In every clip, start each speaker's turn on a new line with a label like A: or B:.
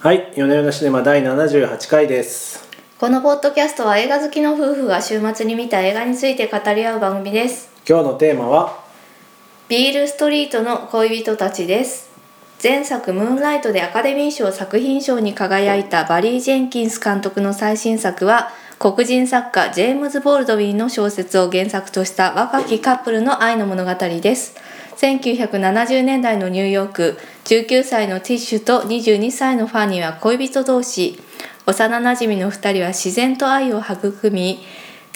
A: はい、夜な夜なシネマ第78回です。
B: このポッドキャストは映画好きの夫婦が週末に見た映画について語り合う番組です
A: 今日のテーマは、
B: ビールストリートの恋人たちです前作「ムーンライト」でアカデミー賞作品賞に輝いたバリー・ジェンキンス監督の最新作は黒人作家ジェームズ・ボールドウィンの小説を原作とした若きカップルの愛の物語です1970年代のニューヨーク19歳のティッシュと22歳のファニーは恋人同士幼なじみの2人は自然と愛を育み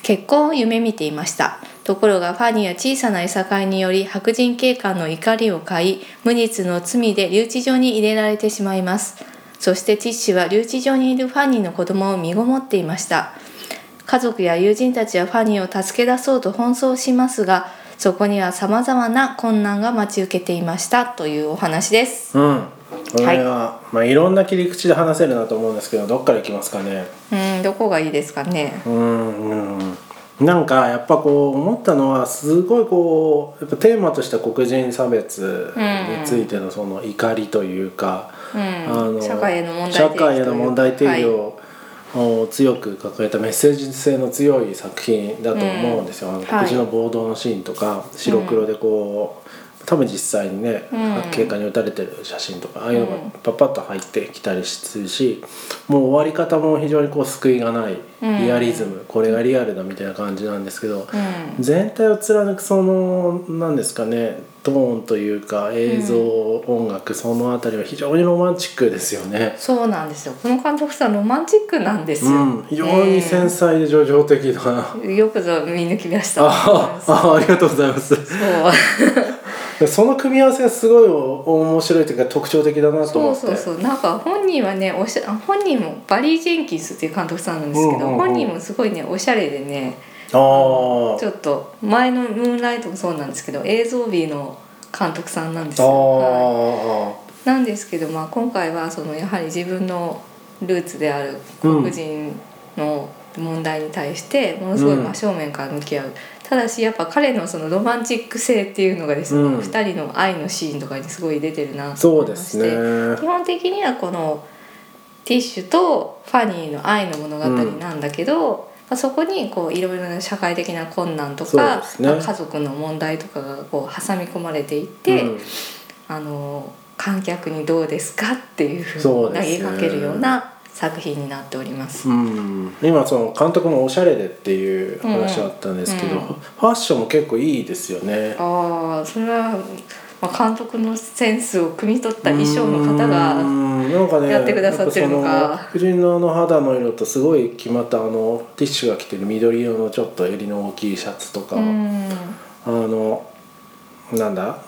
B: 結婚を夢見ていましたところがファニーは小さないさかいにより白人警官の怒りを買い無実の罪で留置場に入れられてしまいますそしてティッシュは留置場にいるファニーの子供を身ごもっていました家族や友人たちはファニーを助け出そうと奔走しますがそこには様々な困難が待ち受けていましたというお話です
A: うん、これは、い、まあいろんな切り口で話せるなと思うんですけど、どっからいきますかね。
B: うんどこがいいですかね
A: うん、うん、なんかやっぱこう思ったのは、すごいこうやっぱテーマとした黒人差別についてのその怒りというか、
B: うん社会への問題
A: 社
B: 提起という
A: 会への問題定義を、お強く抱えたメッセージ性の強い作品だと思うんですよ、あの
B: い
A: 黒人の暴動のシーンとか白黒でこう、多分実際にね、
B: うん
A: 警官に撃たれてる写真とかああいうのがパッパッと入ってきたりするし、もう終わり方も非常にこう救いがない
B: うん
A: リアリズム、これがリアルだみたいな感じなんですけど、
B: うん
A: 全体を貫くそのなんですかねトーンというか映像、音楽そのあたりは非常にロマンチックですよね。
B: そうなんですよこの監督さんロマンチックなんですよ、
A: うん、非常に繊細で叙情的だな。
B: よくぞ見抜きました
A: あ あ、ありがとうございます。その組み合わせがすごい面白いというか特徴的だなと
B: そ
A: 思
B: う
A: って。
B: そうそうそうなんか本人はねおしゃ本人もバリー・ジェンキンスっていう監督さんなんですけ
A: うん
B: ど、
A: うんうん
B: 本人もすごいねおしゃれでね
A: あ
B: ちょっと前の「ムーンライト」もそうなんですけど映像美の監督さんなんです
A: あ、あ
B: よ、
A: あ、
B: はいなんですけど、まあ、今回はそのやはり自分のルーツである黒人の問題に対してものすごい
A: うん
B: 真正面から向き合う、ただしやっぱ彼のそのロマンチック性っていうのがですね、
A: うん
B: 2人の愛のシーンとかにすごい出てるなと
A: そう
B: 思い
A: で
B: まし
A: す
B: て、
A: ね。
B: 基本的にはこのティッシュとファニーの愛の物語なんだけど、まあそこにこういろいろな社会的な困難と
A: そう
B: か
A: で、すね
B: まあ家族の問題とかがこう挟み込まれていって。
A: うん
B: あの観客にどうですかっていうふ
A: そううで
B: に投
A: すね
B: げかけるような作品になっております。
A: うん、今その監督の「おしゃれで」っていう話あったんですけど、
B: うんうん
A: ファッションも結構いいですよね。
B: ああそれは、まあ、監督のセンスを汲み取った衣装の方
A: うー
B: が
A: んなんかね
B: やってくださってるのか
A: やっぱその黒人のあの肌の色とすごい決まったあのティッシュが着てる緑色のちょっと襟の大きいシャツとか、
B: うん
A: あのなんだ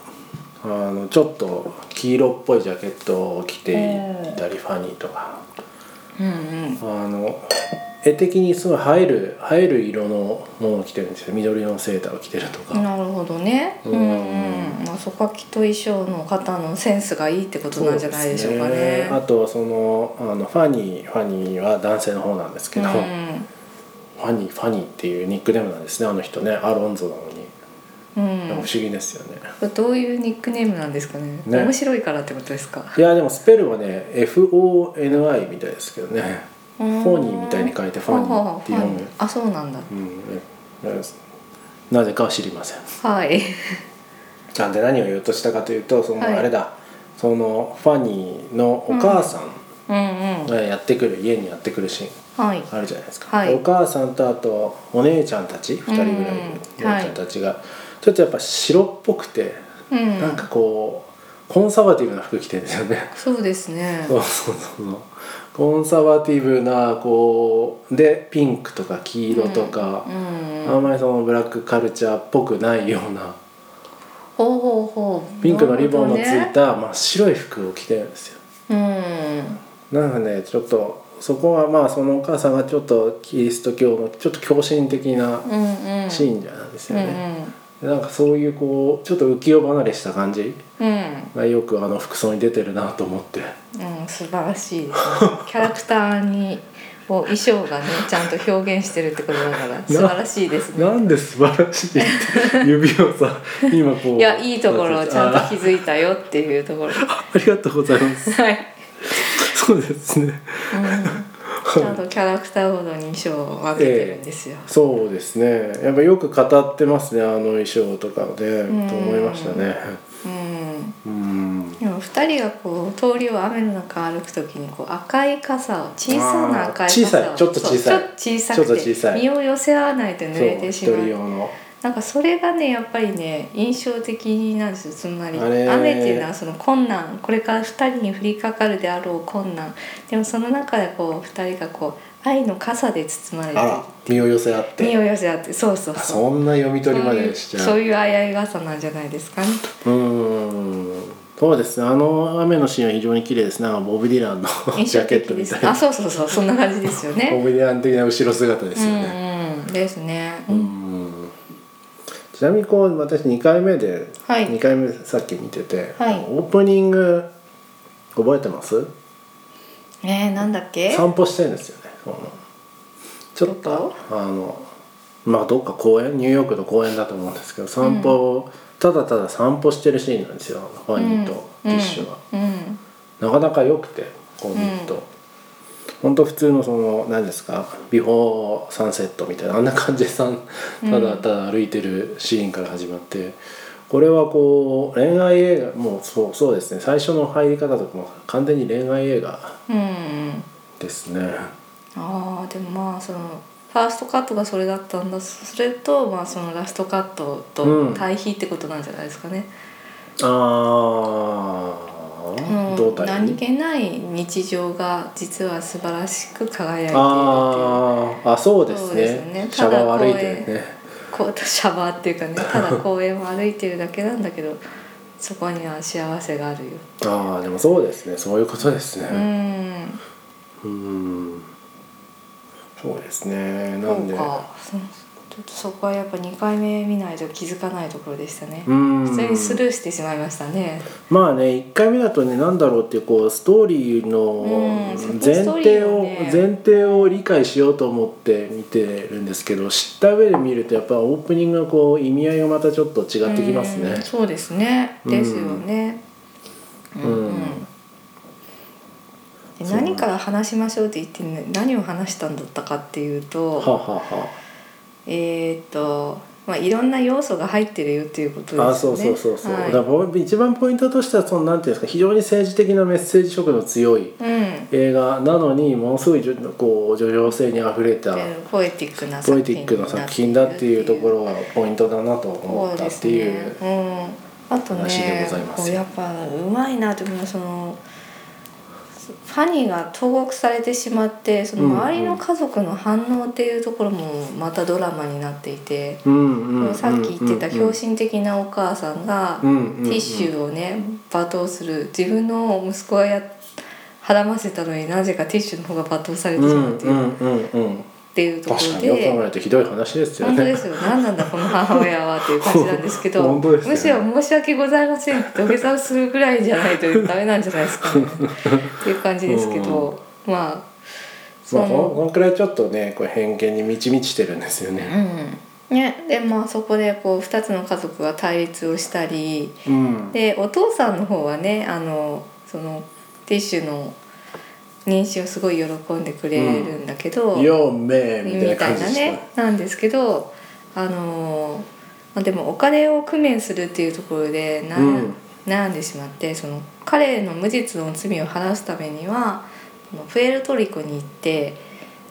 A: あのちょっと黄色っぽいジャケットを着ていたり、ファニーとか
B: うんうん
A: あの絵的にすごい映える映える色のものを着てるんですよ緑色のセーターを着てるとか。
B: なるほどね。
A: う
B: うんんうん。まあそこはきっと衣装の方のセンスがいいってことなんじゃないでしょう
A: そ
B: か
A: うです
B: ね。
A: あとはそのあのファニーファニーは男性の方なんですけど、ファニーファニーっていうニックネームなんですねあの人ねアロンゾなのに、
B: うん
A: 不
B: う
A: 思
B: ん。
A: 議ですよね
B: これどういうニックネームなんですかね。
A: ね
B: 面白いからってことですか。
A: いやでもスペルはね FONI みたいですけどね
B: フ
A: フォニーみたいに書いてファニーって読む
B: あ、そうなんだ。
A: うんねなぜかは知りません
B: はい。
A: なんで何を言おうとしたかというとその
B: はい
A: あれだ、そのファニーのお母さん
B: うんうん。
A: がやってくる、家にやってくるシーン
B: はい。
A: あるじゃないですか、
B: はい
A: お母さんとあとお姉ちゃんたち2人ぐらいのお姉ちゃんたちが、ちょっとやっぱ白っぽくて、
B: うん。
A: なんかこうコンサバティブな服着てるんですよね、
B: そうですね。
A: そうそうそうそうコンサバティブなこうでピンクとか黄色とか
B: う、ん。
A: あんまりそのブラックカルチャーっぽくないような
B: ほうほうほう。
A: ピンクのリボンのついた
B: た。
A: 真っ白い服を着てるんですよ
B: うん。
A: なんかねちょっとそこはまあそのお母さんがちょっとキリスト教のちょっと狂信的な
B: うんうん。
A: シーンじゃないです
B: う
A: よ
B: ん
A: ね、なんかそういうこうちょっと浮世離れした感じ
B: うん。
A: がよくあの服装に出てるなと思って
B: うん。うん。素晴らしいですね。キャラクターに。を衣装がね、ちゃんと表現してるってこと だから、素晴らしいですね。
A: なんで素晴らしいって指をさ 今こう
B: い
A: い
B: や、いいところをちゃんと
A: あ
B: 気づいたよっていうところ。
A: ありがとうございます
B: はい。
A: そうですね
B: うん、ちゃんとキャラクターごとに衣装を分けてる んですよ、
A: そうですねやっぱよく語ってますねあの衣装とかで
B: うん
A: と思いましたね
B: うん
A: うん
B: でも2人がこう通りを雨の中歩く時にこう赤い傘を小さな赤い
A: あー小さい
B: 傘を
A: ちょっと小さい
B: そうちょっと小さ
A: ちょっと小
B: く
A: さ
B: て
A: い
B: 身を寄せ合わないと
A: そう
B: 濡れて
A: 一
B: しま
A: 人
B: う
A: 用の
B: なんかそれがねやっぱりね印象的なんですよつまり
A: あれ
B: 雨っていうのはその困難これから2人に降りかかるであろう困難でもその中でこう2人がこう愛の傘で包まれて
A: あら身を寄せ合っ
B: 身
A: て
B: を寄せ合ってそうそう
A: あ
B: そう
A: そんな読み取りまでしちゃ
B: そう
A: う
B: いうあやい傘なんじゃないですかね。
A: うんそうですねあの雨のシーンは非常に綺麗ですねあのボブ・ディランの
B: 印
A: ジ
B: 象
A: ャケッ
B: 的
A: ト
B: で
A: み
B: す
A: たい
B: ね。あ、
A: な
B: そうそうそう、そんな感じですよ
A: ボ
B: ね。
A: ブ・ディラン的な後ろ姿で
B: う
A: すよね
B: ん、うん、ですね。
A: うんちなみにこう私2回目で、
B: はい
A: 2回目さっき見てて、
B: はい
A: オープニング覚えてます
B: えー、なんだっけ。
A: 散歩してるんですよねそのちょっとあのまあどっか公園ニューヨークの公園だと思うんですけど散歩を、ただただ散歩してるシーンなんですよホニーと
B: う
A: ティ
B: ん
A: ッシュが、
B: うん。
A: なかなか良くてこう見ると、ほんと普通のその何ですかビフォーサンセットみたいなあんな感じでさんただただ歩いてるシーンから始まって、これはこう恋愛映画もうそうそうですね最初の入り方とかも完全に恋愛映画
B: うん。うん。
A: ですね。
B: ああ、でも、まあ、その。ファーストカットがそれだったんだ。それと、まあ、そのラストカット
A: う
B: と
A: ん
B: 対比ってことなんじゃないですかね。
A: あ
B: うん、
A: ー胴体
B: 何気ない日常が実は素晴らしく輝いているっていう。
A: あーあそうですね
B: そうですね
A: シャバを歩いてるね
B: こう、シャバーっていうかね、ただ公園を歩いてるだけなんだけど。そこには幸せがあるよ。
A: ああでもそうですねそういうことですね、
B: うん。
A: うんそうですね
B: そ
A: なん
B: う
A: で
B: かそちょっとそこはやっぱ2回目見ないと気づかないところでしたね、
A: うん
B: 普通にスルーしてしまいましたね
A: まあね1回目だとね何だろうっていうこうストーリーの
B: うんそこ
A: 前提を、
B: ストーリーをね
A: 前提を理解しようと思って見てるんですけど知った上で見るとやっぱオープニングがこう意味合いがまたちょっと違ってきますね
B: うんそうですね
A: うん
B: ですよねうん、うん
A: うん
B: で
A: そう
B: 何から話しましょうって言って、ね、何を話したんだったかっていうと、
A: はあはあは
B: えーっとまあいろんな要素が入ってるよっていうことですよね
A: あそうそうそうそう、
B: は
A: だ
B: い
A: から僕一番ポイントとしてはそのなんていうんですか非常に政治的なメッセージ色の強い
B: うん
A: 映画なのにものすごいじゅこう叙情性にあふれた
B: でポエティックな
A: ポ
B: 作
A: エ
B: 品
A: ティックな作品だっていうところがポイントだなと思
B: そう
A: った
B: で
A: っ
B: す
A: ていう
B: ね。うん、あと
A: 話で
B: ね
A: ございますよ
B: こうやっぱうまいなと思うのはそのファニーが投獄されてしまってその周りの家族の反応っていうところもまたドラマになっていて、
A: うんうんうんうん
B: さっき言ってた狂信的なお母さんが
A: う
B: テ
A: んうんうん
B: ィッシュをね罵倒する自分の息子がやはらませたのになぜかティッシュの方が罵倒されてしまうっていう,、
A: う
B: っ
A: んうんうんうん
B: ていうとこ
A: 確か
B: ろ
A: によく考
B: で
A: え。るとひどい話ですよ
B: 本当で
A: ね
B: すよ何なんだこの母親はっていう感じなんですけど
A: 本当ですよね
B: むしろ申し訳ございませんって土下座をするぐらいじゃないとダメなんじゃないですか ねっていう感じですけど、まあそ
A: まあこの
B: の、
A: このくらいちょっとねこれ偏見に満ち満ちてるんですよね
B: うんねでまあそこでこう2つの家族が対立をしたり
A: うん
B: でお父さんの方はねあのそのティッシュの妊娠をすごい喜んでくれるんだけど、
A: 「よめ」みたいな
B: みた
A: 感
B: い
A: じ
B: な
A: でした
B: ねなんですけどあのーまあでもお金を工面するっていうところで悩,、
A: うん
B: 悩んでしまってその彼の無実の罪を晴らすためにはそのプエルトリコに行って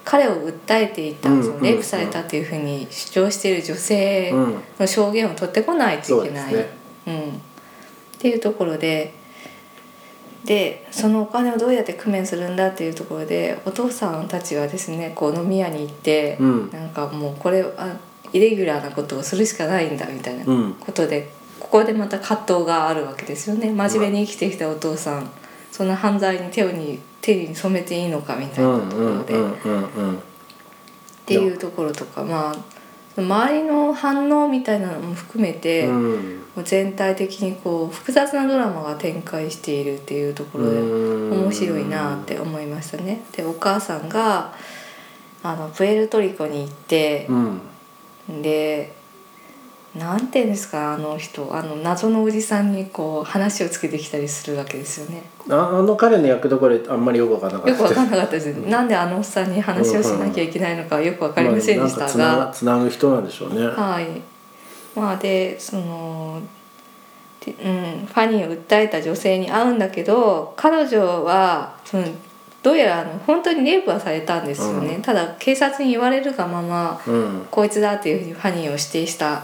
B: 彼を訴えていた、
A: うんうん
B: そのレイプされたっていうふうに主張している女性
A: うん
B: の証言を取ってこないといけな
A: そ
B: い。
A: うです
B: うん、っていうところででそのお金をどうやって工面するんだっていうところでお父さんたちはですねこう飲み屋に行って、
A: うん
B: なんかもうこれあイレギュラーなことをするしかないんだみたいな
A: うん
B: ことで、ここでまた葛藤があるわけですよね真面目に生きてきたお父さんそんな犯罪に手をに手に染めていいのかみた
A: う
B: い
A: んう
B: な
A: ん
B: とこ
A: う
B: ろ
A: ん
B: で、
A: う
B: っ
A: んうん
B: ていうところとかまあ周りの反応みたいなのも含めて。
A: うん
B: もう全体的にこう複雑なドラマが展開しているっていうところで
A: うん
B: 面白いなって思いましたね。でお母さんがあのプエルトリコに行って
A: うん
B: でなんていうんですかあの人あの謎のおじさんにこう話をつけてきたりするわけですよね
A: ああの彼の役どころあんまりよく分からなかった
B: よく分かんなかったです、なんであのおっさんに話をしなきゃいけないのかはよく分かりませんでした
A: まあなん
B: が
A: か、つなつなぐ人なんでしょうね、
B: はいまあでそのでうん、ファニーを訴えた女性に会うんだけど彼女はそのどうやらあの本当にレイプはされたんですよね、
A: う
B: ただ警察に言われるがまま
A: うん
B: こいつだっていうふうにファニーを指定した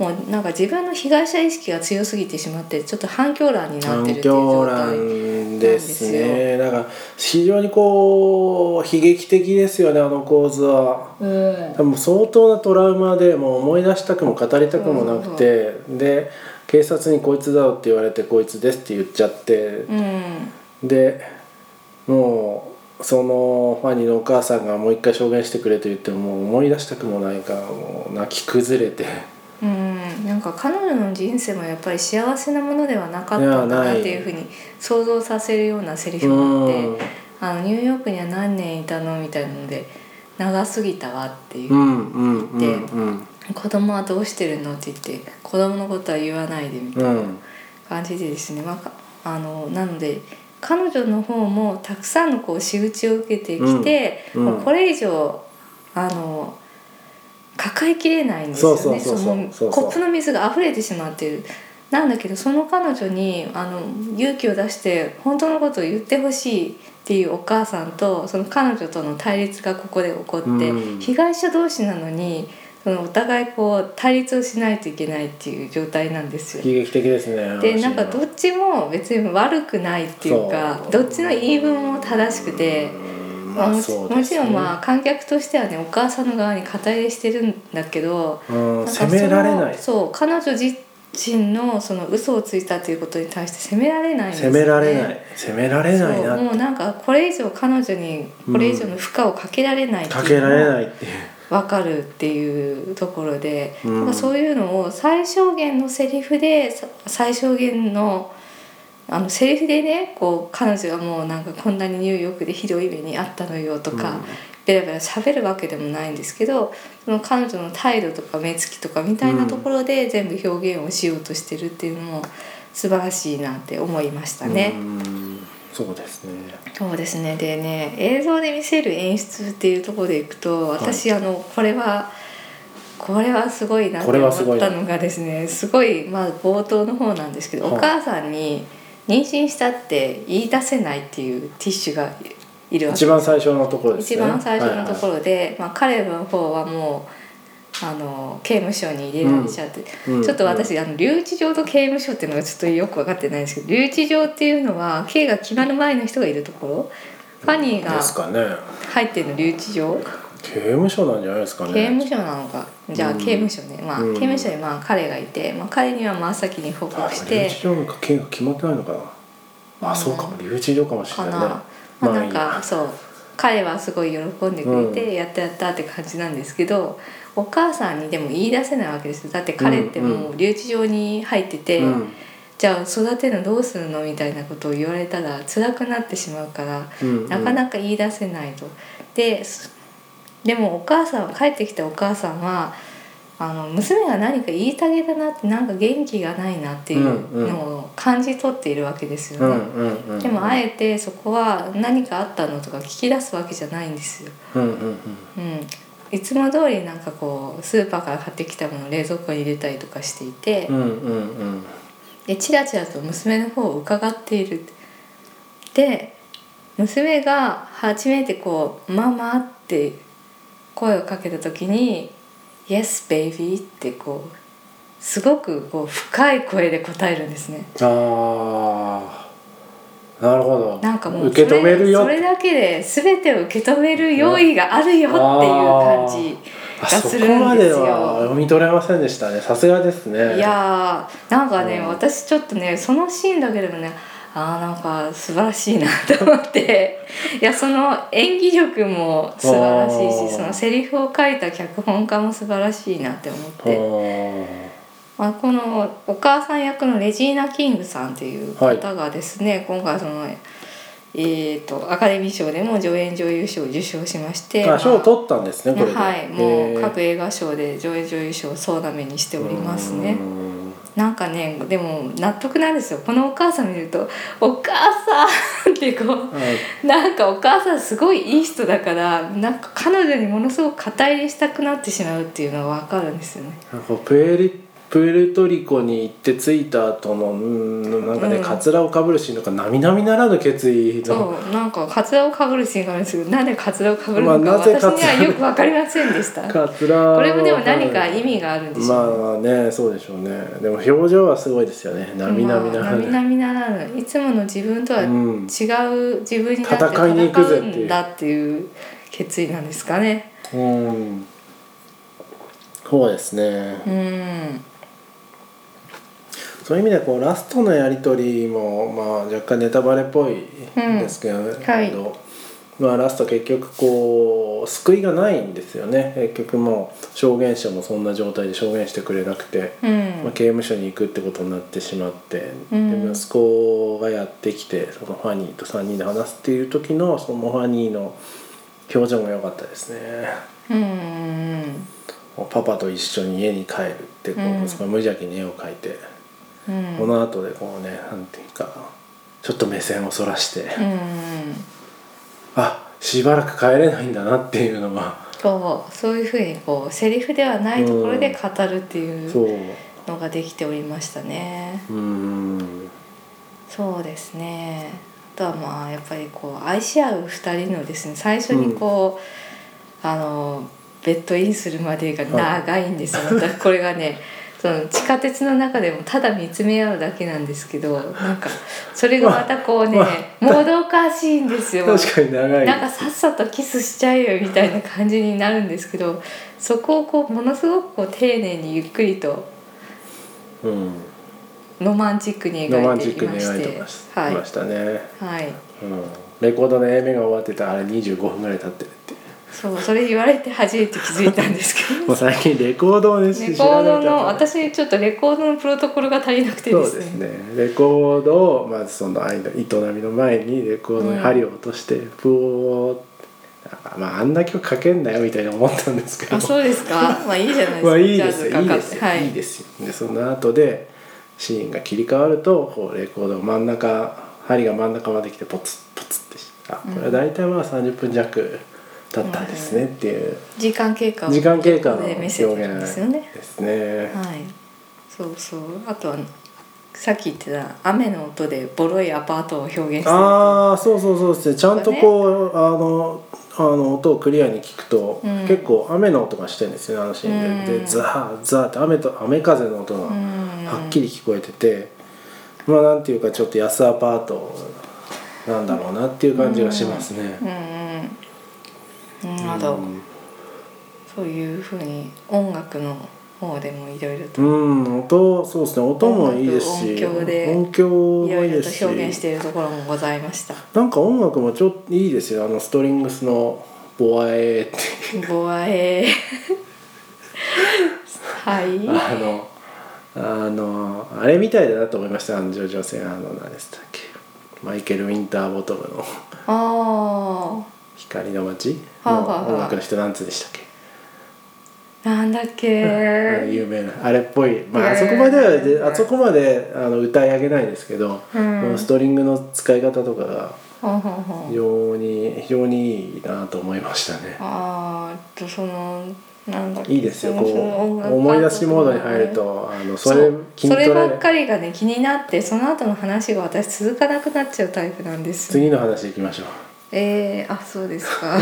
B: もうなんか自分の被害者意識が強すぎてしまってちょっと反響欄になっ
A: 環
B: てるっていう
A: 境
B: 状態
A: 乱ですねだから非常にこう悲劇的ですよねあの構図は
B: うん
A: 多分相当なトラウマでもう思い出したくも語りたくもなくて、で警察に「こいつだろ」って言われて「こいつです」って言っちゃって
B: うん
A: でもうそのファニーのお母さんがもう一回証言してくれと言ってももう思い出したくもないからもう泣き崩れて。
B: うん、なんか彼女の人生もやっぱり幸せなものではなかったんだなっていうふうに想像させるようなセリフがあって
A: うん
B: 「あのニューヨークには何年いたの?」みたいなので「長すぎたわ」っていうう。
A: んうんうんうん
B: 子供はどうしてるのって言って子供のことは言わないでみたいな
A: うん
B: 感じでですね、まあか、あのなので彼女の方もたくさんのこう仕打ちを受けてきて、
A: うんうん
B: もうこれ以上あの抱えきれないんですよ
A: そう
B: ね
A: そうそうそう
B: の
A: そうそう
B: コップの水が溢れてしまっているなんだけどその彼女にあの勇気を出して本当のことを言ってほしいっていうお母さんとその彼女との対立がここで起こって、
A: うん
B: 被害者同士なのにそのお互いこう対立をしないといけないっていう状態なんですよね
A: 悲劇的ですね
B: でなんかどっちも別に悪くないっていうか
A: そう
B: どっちの言い分も正しくて、
A: うん
B: まあ
A: まあ
B: もち
A: そう
B: も
A: で
B: ち
A: す
B: ろ
A: ね
B: んまあ観客としてはねお母さんの側に肩入れしてるんだけど
A: うん
B: なんかその
A: 責められない
B: そう彼女自身のその嘘をついたということに対して責められないんです
A: 責められない責められ
B: そ
A: ないうな
B: もうなんかこれ以上彼女にこれ以上の負荷をかけられないって
A: か
B: い
A: け
B: うの
A: ら
B: も
A: れないっていう
B: 分かるっていうところで、
A: うん
B: なんかそういうのを最小限のセリフでさ最小限のあのセリフでねこう彼女がもうなんかこんなにニューヨークでひどい目にあったのよとか、
A: うん
B: ベラベラ喋るわけでもないんですけどその彼女の態度とか目つきとかみたいなところで全部表現をしようとしてるっていうのも素晴らしいなって思いましたね。
A: うんそうですね
B: そうですねでね映像で見せる演出っていうところでいくと私、あのこれはこれはすごいなって
A: これ
B: 思
A: はすご
B: っ
A: いな
B: たのがですねすごいまあ冒頭の方なんですけど、
A: はい
B: お母さんに妊娠したって言い出せないっていうティッシュがいるわけ
A: 一番最初のところです
B: 一
A: ね
B: 番最初のとこ
A: ろ
B: ろで、まあ、彼の方はもうあの刑務所に入れられちゃって、
A: うん
B: ちょっと私、あの留置場と刑務所っていうのがちょっとよく分かってないんですけど留置場っていうのは刑が決まる前の人がいるところファニーが
A: ですかね
B: 入ってるの留置場
A: 刑務所なんじゃないですかね
B: 刑務所なのかじゃあ
A: うん
B: 刑務所ね、まあ
A: うん
B: 刑務所にまあ彼がいて、まあ、彼には真っ先に報告し
A: 留
B: て
A: 置場なんか刑が決まってないのかなあそうかも留置場かもしれ
B: か
A: な
B: な、
A: いね
B: まあ、
A: まあ
B: ないん
A: い
B: か
A: や
B: そう彼はすごい喜んでくれて、
A: う
B: やったやったって感じなんですけどお母さんにでも言い出せないわけですよだって彼って
A: うんうん
B: もう留置場に入ってて、
A: うん
B: じゃあ育てるのどうするのみたいなことを言われたら辛くなってしまうから、
A: うん
B: なかなか言い出せないと。ですでもお母さん帰ってきたお母さんはあの娘が何か言いたげだなってなんか元気がないなっていうのを感じ取っているわけですよ
A: う
B: ね。
A: んうんうん
B: でもあえてそこは何かあったのとか聞き出すわけじゃないんですよ。
A: うんうんうん
B: うん、いつも通りなんかこうスーパーから買ってきたものを冷蔵庫に入れたりとかしていて、
A: うんうんうん
B: でチラチラと娘の方を伺っているで娘が初めてこう「ママ」って声をかけた時に「Yes baby」ってこうすごくこう深い声で答えるんですね。
A: ああなるほど
B: なんかもう
A: 受け止めるよ
B: それそれだけで全てを受け止める用意があるよっていう感じ
A: あ
B: が
A: そ
B: す
A: こ
B: るんですよ。
A: までは読み取れませんでしたねさすがですね
B: いやーなんかね、
A: うん
B: 私ちょっとねそのシーンだけでもねあーなんか素晴らしいなと思って いやその演技力も素晴らしい
A: あー
B: しそのセリフを書いた脚本家も素晴らしいなって思っ
A: あ
B: て、
A: ー
B: まあ、このお母さん役のレジーナ・キングさんっていう方がですね、今回そのえー、とアカデミー賞でも助演女優賞を受賞しまして
A: あ賞を取ったんですねこれで、
B: はい、も
A: へ
B: う
A: ー
B: 各映画賞で上映女優賞を総なめにしておりますね
A: う。ん
B: なんかねでも納得なんですよこのお母さん見ると「お母さん」ってこ
A: あ
B: うなんかお母さんすごいいい人だからなんか彼女にものすごく肩入れしたくなってしまうっていうのが分かるんですよね。
A: なんかプエリプエルトリコに行って着いた後のうんなんかね、
B: うん
A: カツラをかぶるシーンとか並々ならぬ決意の
B: そうなんかカツラをかぶるシーンがあるんですけどなんでカツラをかぶるのか、
A: まあなぜカツ
B: 私
A: ラ
B: にはよく分かりませんで した。
A: カツラを
B: これもでも何か意味があるんでしょうね
A: まあねそうでしょうねでも表情はすごいですよね並々な
B: ま
A: ら
B: あ
A: ぬ、
B: 並々ならぬいつもの自分とは違
A: うん
B: う自分になって
A: 戦いに行くぜっていう
B: 戦うんだっていう決意なんですかね
A: うんそうですね、
B: うん
A: そういう意味ではこうラストのやり取りも、まあ、若干ネタバレっぽい
B: うん
A: ですけど、
B: はい
A: まあ、ラスト結局こう救いがないんですよね結局もう証言者もそんな状態で証言してくれなくて、
B: うん、
A: まあ、刑務所に行くってことになってしまって、
B: うん
A: で息子がやってきてそのファニーと3人で話すっていう時のそのファニーの表情も良かったですね。
B: うん
A: もうパパと一緒に家に帰るってこう
B: うん
A: 息子が無邪気に絵を描いて。
B: うん
A: この後でこうねなんていうかちょっと目線をそらして、
B: うん
A: あしばらく帰れないんだなっていうのが、
B: こうそういうふうにこうセリフではないところで語るっていう
A: そう
B: のができておりましたね
A: うーん
B: そうですねあとはまあやっぱりこう愛し合う2人のですね最初にこう、あのベッドインするまでが長いんですよ、 またこれがねその地下鉄の中でもただ見つめ合うだけなんですけどなんかそれがまたこうね、
A: まあ
B: もどかしいんですよ
A: 確かに長い
B: なんかさっさとキスしちゃえよみたいな感じになるんですけどそこをこうものすごくこう丁寧にゆっくりと
A: うん、
B: ロマンチックに
A: ロマ
B: 描い
A: ン
B: て
A: チ
B: い
A: ッ
B: き
A: ク
B: ま
A: に
B: し
A: 描い
B: て
A: てまし,、
B: はい
A: い、ましたね、
B: はい、
A: うん、レコードの A 面が終わってたあれ25分ぐらい経ってるって
B: そうそれ言われて初めて気づいたんですけ
A: も
B: ど
A: う最近レコードをね
B: レコード
A: 知ら
B: の
A: ないと
B: 私ちょっとレコードのプロトコルが足りなくて
A: そう
B: で
A: ですす
B: ね
A: ねレコードをまずその愛の営みの前にレコードに針を落として、ブオーってなんかまああんな曲かけんなよみたいに思ったんですけど
B: あそうです かまあいいじゃないですか、
A: まあいいです
B: ジャ
A: よいい
B: ズかか
A: で
B: っ
A: す
B: て
A: よ、
B: はい
A: い、いですよでその後でシーンが切り替わるとこうレコードを真ん中針が真ん中まで来てポツッポツッてしてあこれは大体まあ30分弱経ったんですねっていう
B: 時間経過を
A: 時間経過の
B: ここで
A: 表
B: 見
A: 現
B: せてるんですよね
A: ですね。
B: はいそうそうあとはさっき言ってた雨の音でボロいアパートを表現してる
A: ああそうそうそうですねちゃんとこう、あのあの音をクリアに聞くと、
B: うん
A: 結構雨の音がしてるんですよねあのシーンで、
B: うん
A: でザーザーって雨と雨風の音が
B: うん
A: はっきり聞こえてて、まあなんていうかちょっと安アパートなんだろうなっていう感じがしますね
B: う。んうんうんあ
A: う
B: と
A: ん
B: そういうふうに音楽の方でもいろいろと
A: うん、音そうですね音もいいですし
B: 音楽音響で
A: 音響も
B: いろ
A: いい
B: いろ
A: で
B: と
A: すし
B: 表現しているところもございました。
A: なんか音楽もちょっといいですよあのストリングスの「ボアエー」って
B: ボア エーはい。
A: あの、あの、あれみたいだなと思いました。あの、ジョジョ戦、あの、何でしたっけ。マイケルウィンターボトムの
B: ああ
A: 光の街。
B: はあ
A: の
B: はあはあ
A: 音楽の人なんつうでしたっけ。
B: ー、なんだっ
A: あの
B: け。
A: 有名な、あれっぽい、まあ、
B: へー
A: あそこまではで、あそこまで、あの、歌い上げないですけど。
B: うん
A: このストリングの使い方とかが、
B: ほんほんほ
A: 非
B: ん。
A: 常に、非常にいいなと思いましたね。
B: ああ、とそのなんだっけ
A: いいですよ。こ
B: その
A: う、思い出しモードに入る。
B: その音楽
A: と、あの、
B: そ
A: そうれ、
B: そ
A: 筋
B: れ
A: トレ
B: ばっ。かりがね気になってその後の話が私続かなくなっちゃうタイプなんですよ
A: 次の話行きましょう。
B: えー、あそうです か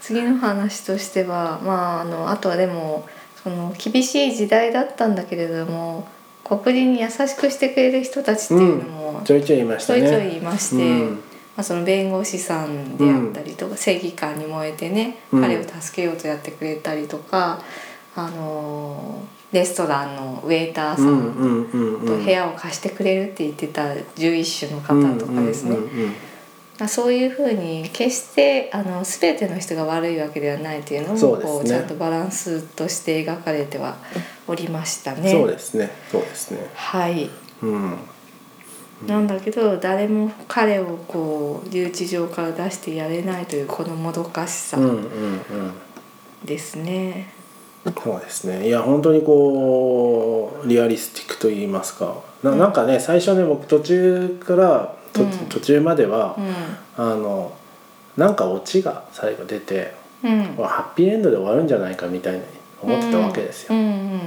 B: 次の話としてはまああのあとはでもその厳しい時代だったんだけれども黒人に優しくしてくれる人たちっていうのも
A: ちょいちょい言いまし
B: ち
A: た
B: ょ
A: ね。
B: いちょいいまして、
A: うん
B: まあ、その弁護士さんであったりとか、正義感に燃えてね、
A: うん
B: 彼を助けようとやってくれたりとかあのーレストランのウェイターさ
A: うんう
B: ん
A: んうんう
B: と
A: ん、
B: 部屋を貸してくれるって言ってた11種の方とかですね。
A: うんうんうんうん
B: まあ、そういうふうに決してあの全ての人が悪いわけではないというのも
A: そうですね
B: こうちゃんとバランスとして描かれてはおりましたね。
A: そうですねそうですね
B: はい
A: うん
B: なんだけど誰も彼をこう留置場から出してやれないというこのもどかしさ
A: うんうんうん
B: ですね。
A: そうですねいや本当にこうリアリスティックと言いますかななんかね最初ね僕途中からと、
B: うん
A: 途中までは
B: う、ん
A: あのなんかオチが最後出て、
B: うん
A: これハッピーエンドで終わるんじゃないかみたいに思ってたわけですよ、
B: うんうんうん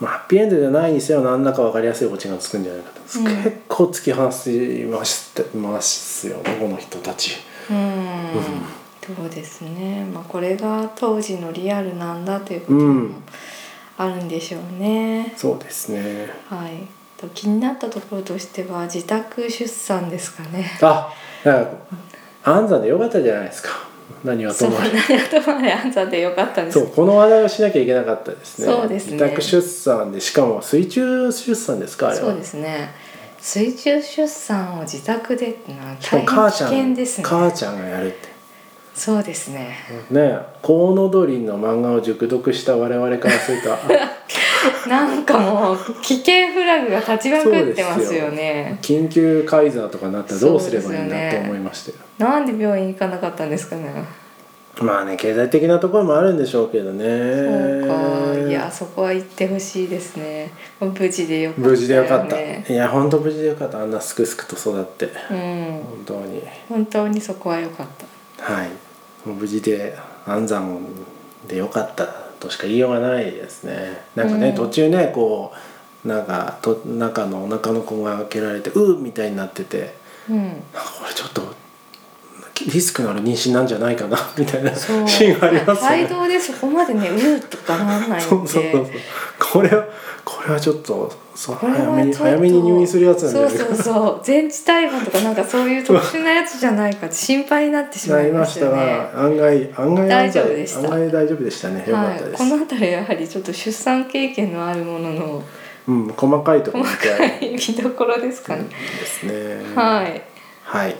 A: まあ、ハッピーエンドじゃないにせよ何らか分かりやすいオチがつくんじゃないかと、
B: うん
A: 結構突き放しましてますよねこの人たち。
B: うんそうですね、まあ、これが当時のリアルなんだということ
A: う
B: も
A: ん
B: あるんでしょうね。
A: そうですね
B: はい、と気になったところとしては自宅出産ですかね。
A: あだから安産でよかったじゃないですか何はと
B: そう
A: もあれ
B: 後まで安産でよかったんです
A: そうこの話題をしなきゃいけなかったですね
B: そうですね
A: 自宅出産でしかも水中出産ですかあれは
B: そうですね水中出産を自宅でってのは
A: しか
B: 大
A: も母ちゃ
B: 変危険
A: ん、
B: ですね
A: 母ちゃんがやるって
B: そうですね
A: ねコウノドリの漫画を熟読した我々からする とあ
B: なんかもう危険フラグが立ちまくってますよね
A: 緊急カイザーとかになったらどうすればいいん
B: そうで
A: だ
B: す
A: と
B: よね
A: 思いましたよ、
B: なんで病院行かなかったんですかね、
A: まあね経済的なところもあるんでしょうけどね
B: そうかいやそこは行ってほしいですね無事でよかったよ、ね、
A: 無事でよかった、いや本当無事でよかったあんなすくすくと育って
B: うん
A: 本当に
B: 本当にそこはよかった
A: はいもう無事で安産でよかったとしか言いようがないですねなんかね、
B: うん
A: 途中ねこうなんかと中のお腹の子が開けられてうーみたいになってて
B: うん
A: なんかこれちょっとリスクのある妊娠なんじゃないかな みたいなシ
B: そう
A: ーンがありますよ
B: 胎
A: ね。
B: 動でそこまでねうーとかなんないんで
A: そうそうそうそうこれはこれはちょっとそう
B: これは
A: 早めに
B: ちょっと
A: 早めに入院するやつなんじゃないか
B: そうそうそう全治胎盤とかなんかそういう特殊なやつじゃないかって心配になってしま
A: ないり
B: ま
A: ま
B: し
A: したた
B: よね
A: が案外案外
B: 大丈夫でした
A: 案外大丈夫でしたねよかった
B: はい、
A: です、
B: この辺りはやはりちょっと出産経験のあるものの
A: うん細かいところみ
B: 細
A: た
B: か
A: い
B: い見どころですかね、
A: ですね
B: はい
A: はい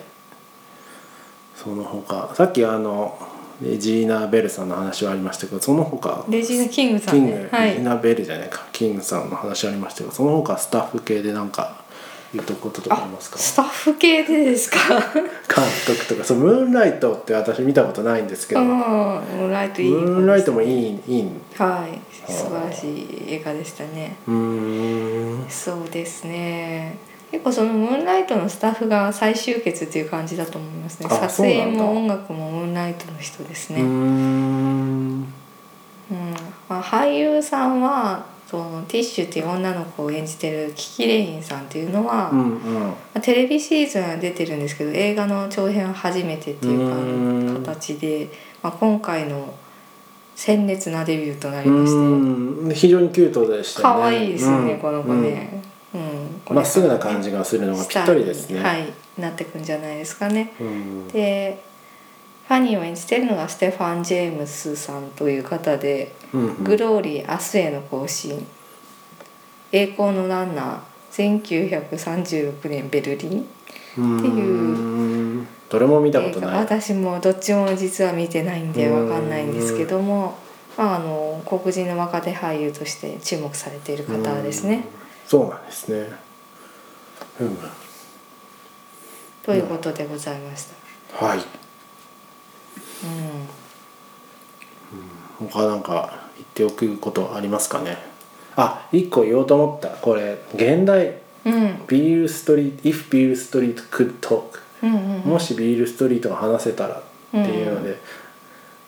A: その他さっきあのレジーナ・ベルさんの話はありましたけどその他
B: レジーナ・キングさ
A: キ
B: ん
A: ング、
B: ねは
A: レジー
B: い
A: ナ・ベルじゃないかキングさんの話ありましたけどその他スタッフ系でなんか言うとこととかありますか
B: スタッフ系でですか
A: 監督とかそうムーンライトって私見たことないんですけ
B: う
A: ど、
B: ん
A: ム
B: ムーンライトいい子です
A: ーンライトもいいいい
B: はい素晴らしい映画でしたね
A: うーん
B: そうですね結構そのムーンライトのスタッフが再集結っていう感じだと思いますね
A: あ
B: 撮
A: そうな
B: 影
A: んだ
B: も音楽もムーンライトの人ですね、
A: うー
B: うん
A: ん
B: まあ、俳優さんはそのティッシュっていう女の子を演じてるキキレインさんっていうのは、
A: う
B: ま
A: んうん
B: あテレビシーズンは出てるんですけど映画の長編は初めてっていうか
A: うん
B: 形で、まあ、今回の鮮烈なデビューとなり
A: う
B: まして
A: ーん非常にキュートでしたね
B: 可愛いですよね、
A: うん
B: この子ね。うんこ
A: うん
B: れ
A: まっすぐな感じがするのがぴったりですね、
B: スターにはい、なってくんじゃないですかね。
A: うん
B: でファニーを演じてるのがステファン・ジェームスさんという方で
A: うん
B: 「
A: うん
B: グローリー明日への行進」「栄光のランナー」1936年ベルリンって
A: うーんどれも見たこと
B: 映
A: な
B: 画
A: い、
B: 私もどっちも実は見てないんでわかんないんですけども、まあ、あの黒人の若手俳優として注目されている方ですね。
A: そうなんですねうん
B: ということでございました。
A: はい
B: うん
A: 他なんか言っておくことありますかねあ一個言おうと思ったこれ現代
B: うん
A: ビールストリート if ビールストリート could talk
B: うんうんうん
A: もしビールストリートが話せたらっていうので、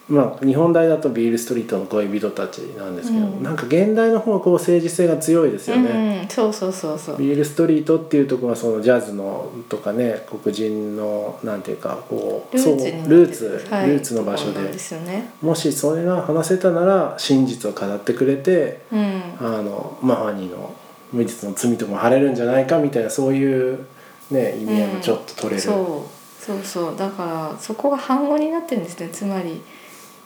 A: まあ日本大だとビールストリートの恋人たちなんですけど、
B: うん
A: なんか現代の方はこう政治性が強いですよね、
B: うんうん、そうそうそうそう。
A: ビールストリートっていうところはそのジャズのとかね黒人のなんていうかこう
B: ルーツになって
A: そう
B: る
A: ルーツ、
B: はい
A: ルーツの場所
B: そうなん
A: で
B: ですよね。
A: もしそれが話せたなら真実を語ってくれて
B: うん。
A: あのマハニーの無実の罪とかも晴れるんじゃないかみたいなそういう、ね、意味合いもちょっと取れる、
B: そうそうそうだからそこが反語になってるんですねつまり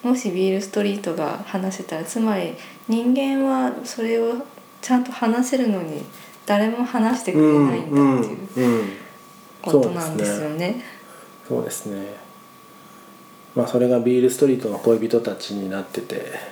B: もしビールストリートが話せたらつまり人間はそれをちゃんと話せるのに誰も話してくれないんだっていう
A: うんうん
B: ことなんですよ
A: うん
B: ね。
A: そうですねまあそれがビールストリートの恋人たちになってて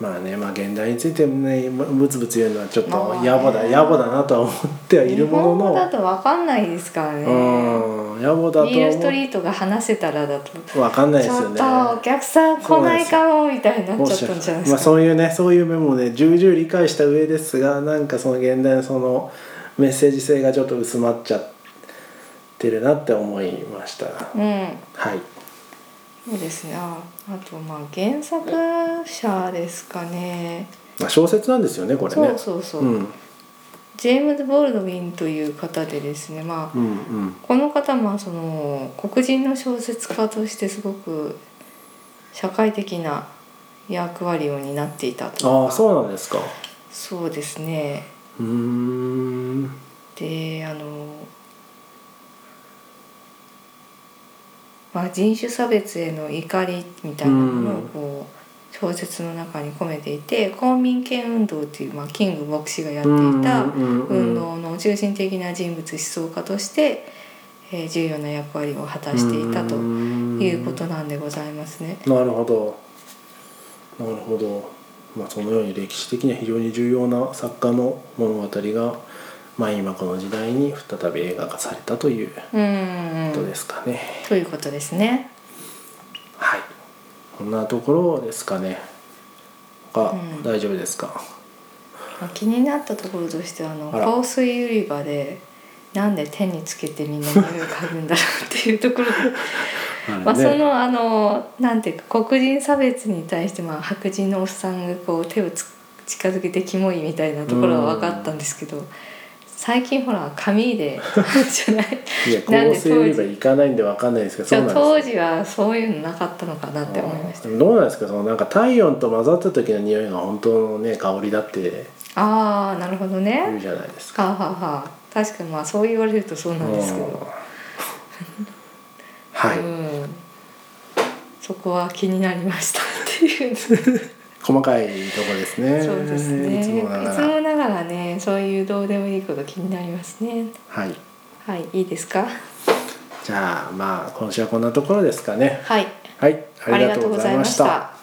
A: まあねまあ現代についてもねまブツブツ言うのはちょっと
B: まあね
A: 野暮だ、野暮だなとは思ってはいるもの
B: 日本語だ
A: の
B: と分かんないですからね
A: うん野暮だと
B: ビールスト
A: は
B: リートが話せたらだと
A: 思うわかんないで
B: ち
A: す
B: ょ
A: よ
B: っ
A: ね
B: とお客さん来ないかもみたいになっちゃったんじゃないです
A: ま
B: か
A: あ、そういうねそういう面もね重々理解した上ですがなんかその現代のそのメッセージ性がちょっと薄まっちゃってるなって思いました、
B: うん
A: はい
B: そうですねああとまあ原作者ですかね
A: まあ小説なんですよねこれね
B: そうそうそう、
A: うん
B: ジェームズ・ボールドウィンという方でですねまあ
A: うんうん
B: この方もその黒人の小説家としてすごく社会的な役割を担っていたと
A: ああそうなんですか
B: そうですね
A: うーん
B: であの、まあ、人種差別への怒りみたいなものをこう小説の中に込めていて公民権運動っていう、まあ、キング牧師がやっていた運
A: 運
B: 動の中心的な人物思想家として、えー重要な役割を果たしていたということなんでございますね。
A: なるほどなるほど、まあ、そのように歴史的には非常に重要な作家の物語が、まあ、今この時代に再び映画化されたという
B: うんう
A: こと
B: ん
A: ですかね、
B: ということですね。
A: はいこんなところですかね他、
B: うん
A: 大丈夫ですか
B: まあ気になったところとしてはあの
A: あら
B: 香水売り場でなんで手につけてみんな匂いを嗅ぐんだろうっていうところで、
A: あれね
B: まあ、そのあのなんていうか黒人差別に対してまあ白人のおっさんがこう手をつ近づけてキモいみたいなところは分かったんですけど最近ほら紙でじゃない
A: いや
B: な
A: 構
B: んで当時
A: 成よりはいかないんでわかんないですけど
B: じ
A: そう
B: ゃ
A: なん
B: あ
A: です
B: 当時はそういうのなかったのかなって思いました
A: うんどうなんですかそのなんか体温と混ざった時の匂いが本当のね香りだって
B: ああなるほどね
A: 言うじゃないですか
B: はあ、はあはあ、確かにまあそう言われるとそうなんですけ
A: うん
B: ど。
A: はい、
B: うん、そこは気になりましたっていうそう
A: 細かいとこですね。
B: ですね
A: い
B: い
A: つ
B: つ
A: も
B: も
A: な
B: な
A: がら。
B: がらねそういうどうでもいいこと気になりますね
A: はい。
B: はいいいですか
A: じゃあまあ今週はこんなところですかね。
B: はい
A: はい、
B: ありがとうございました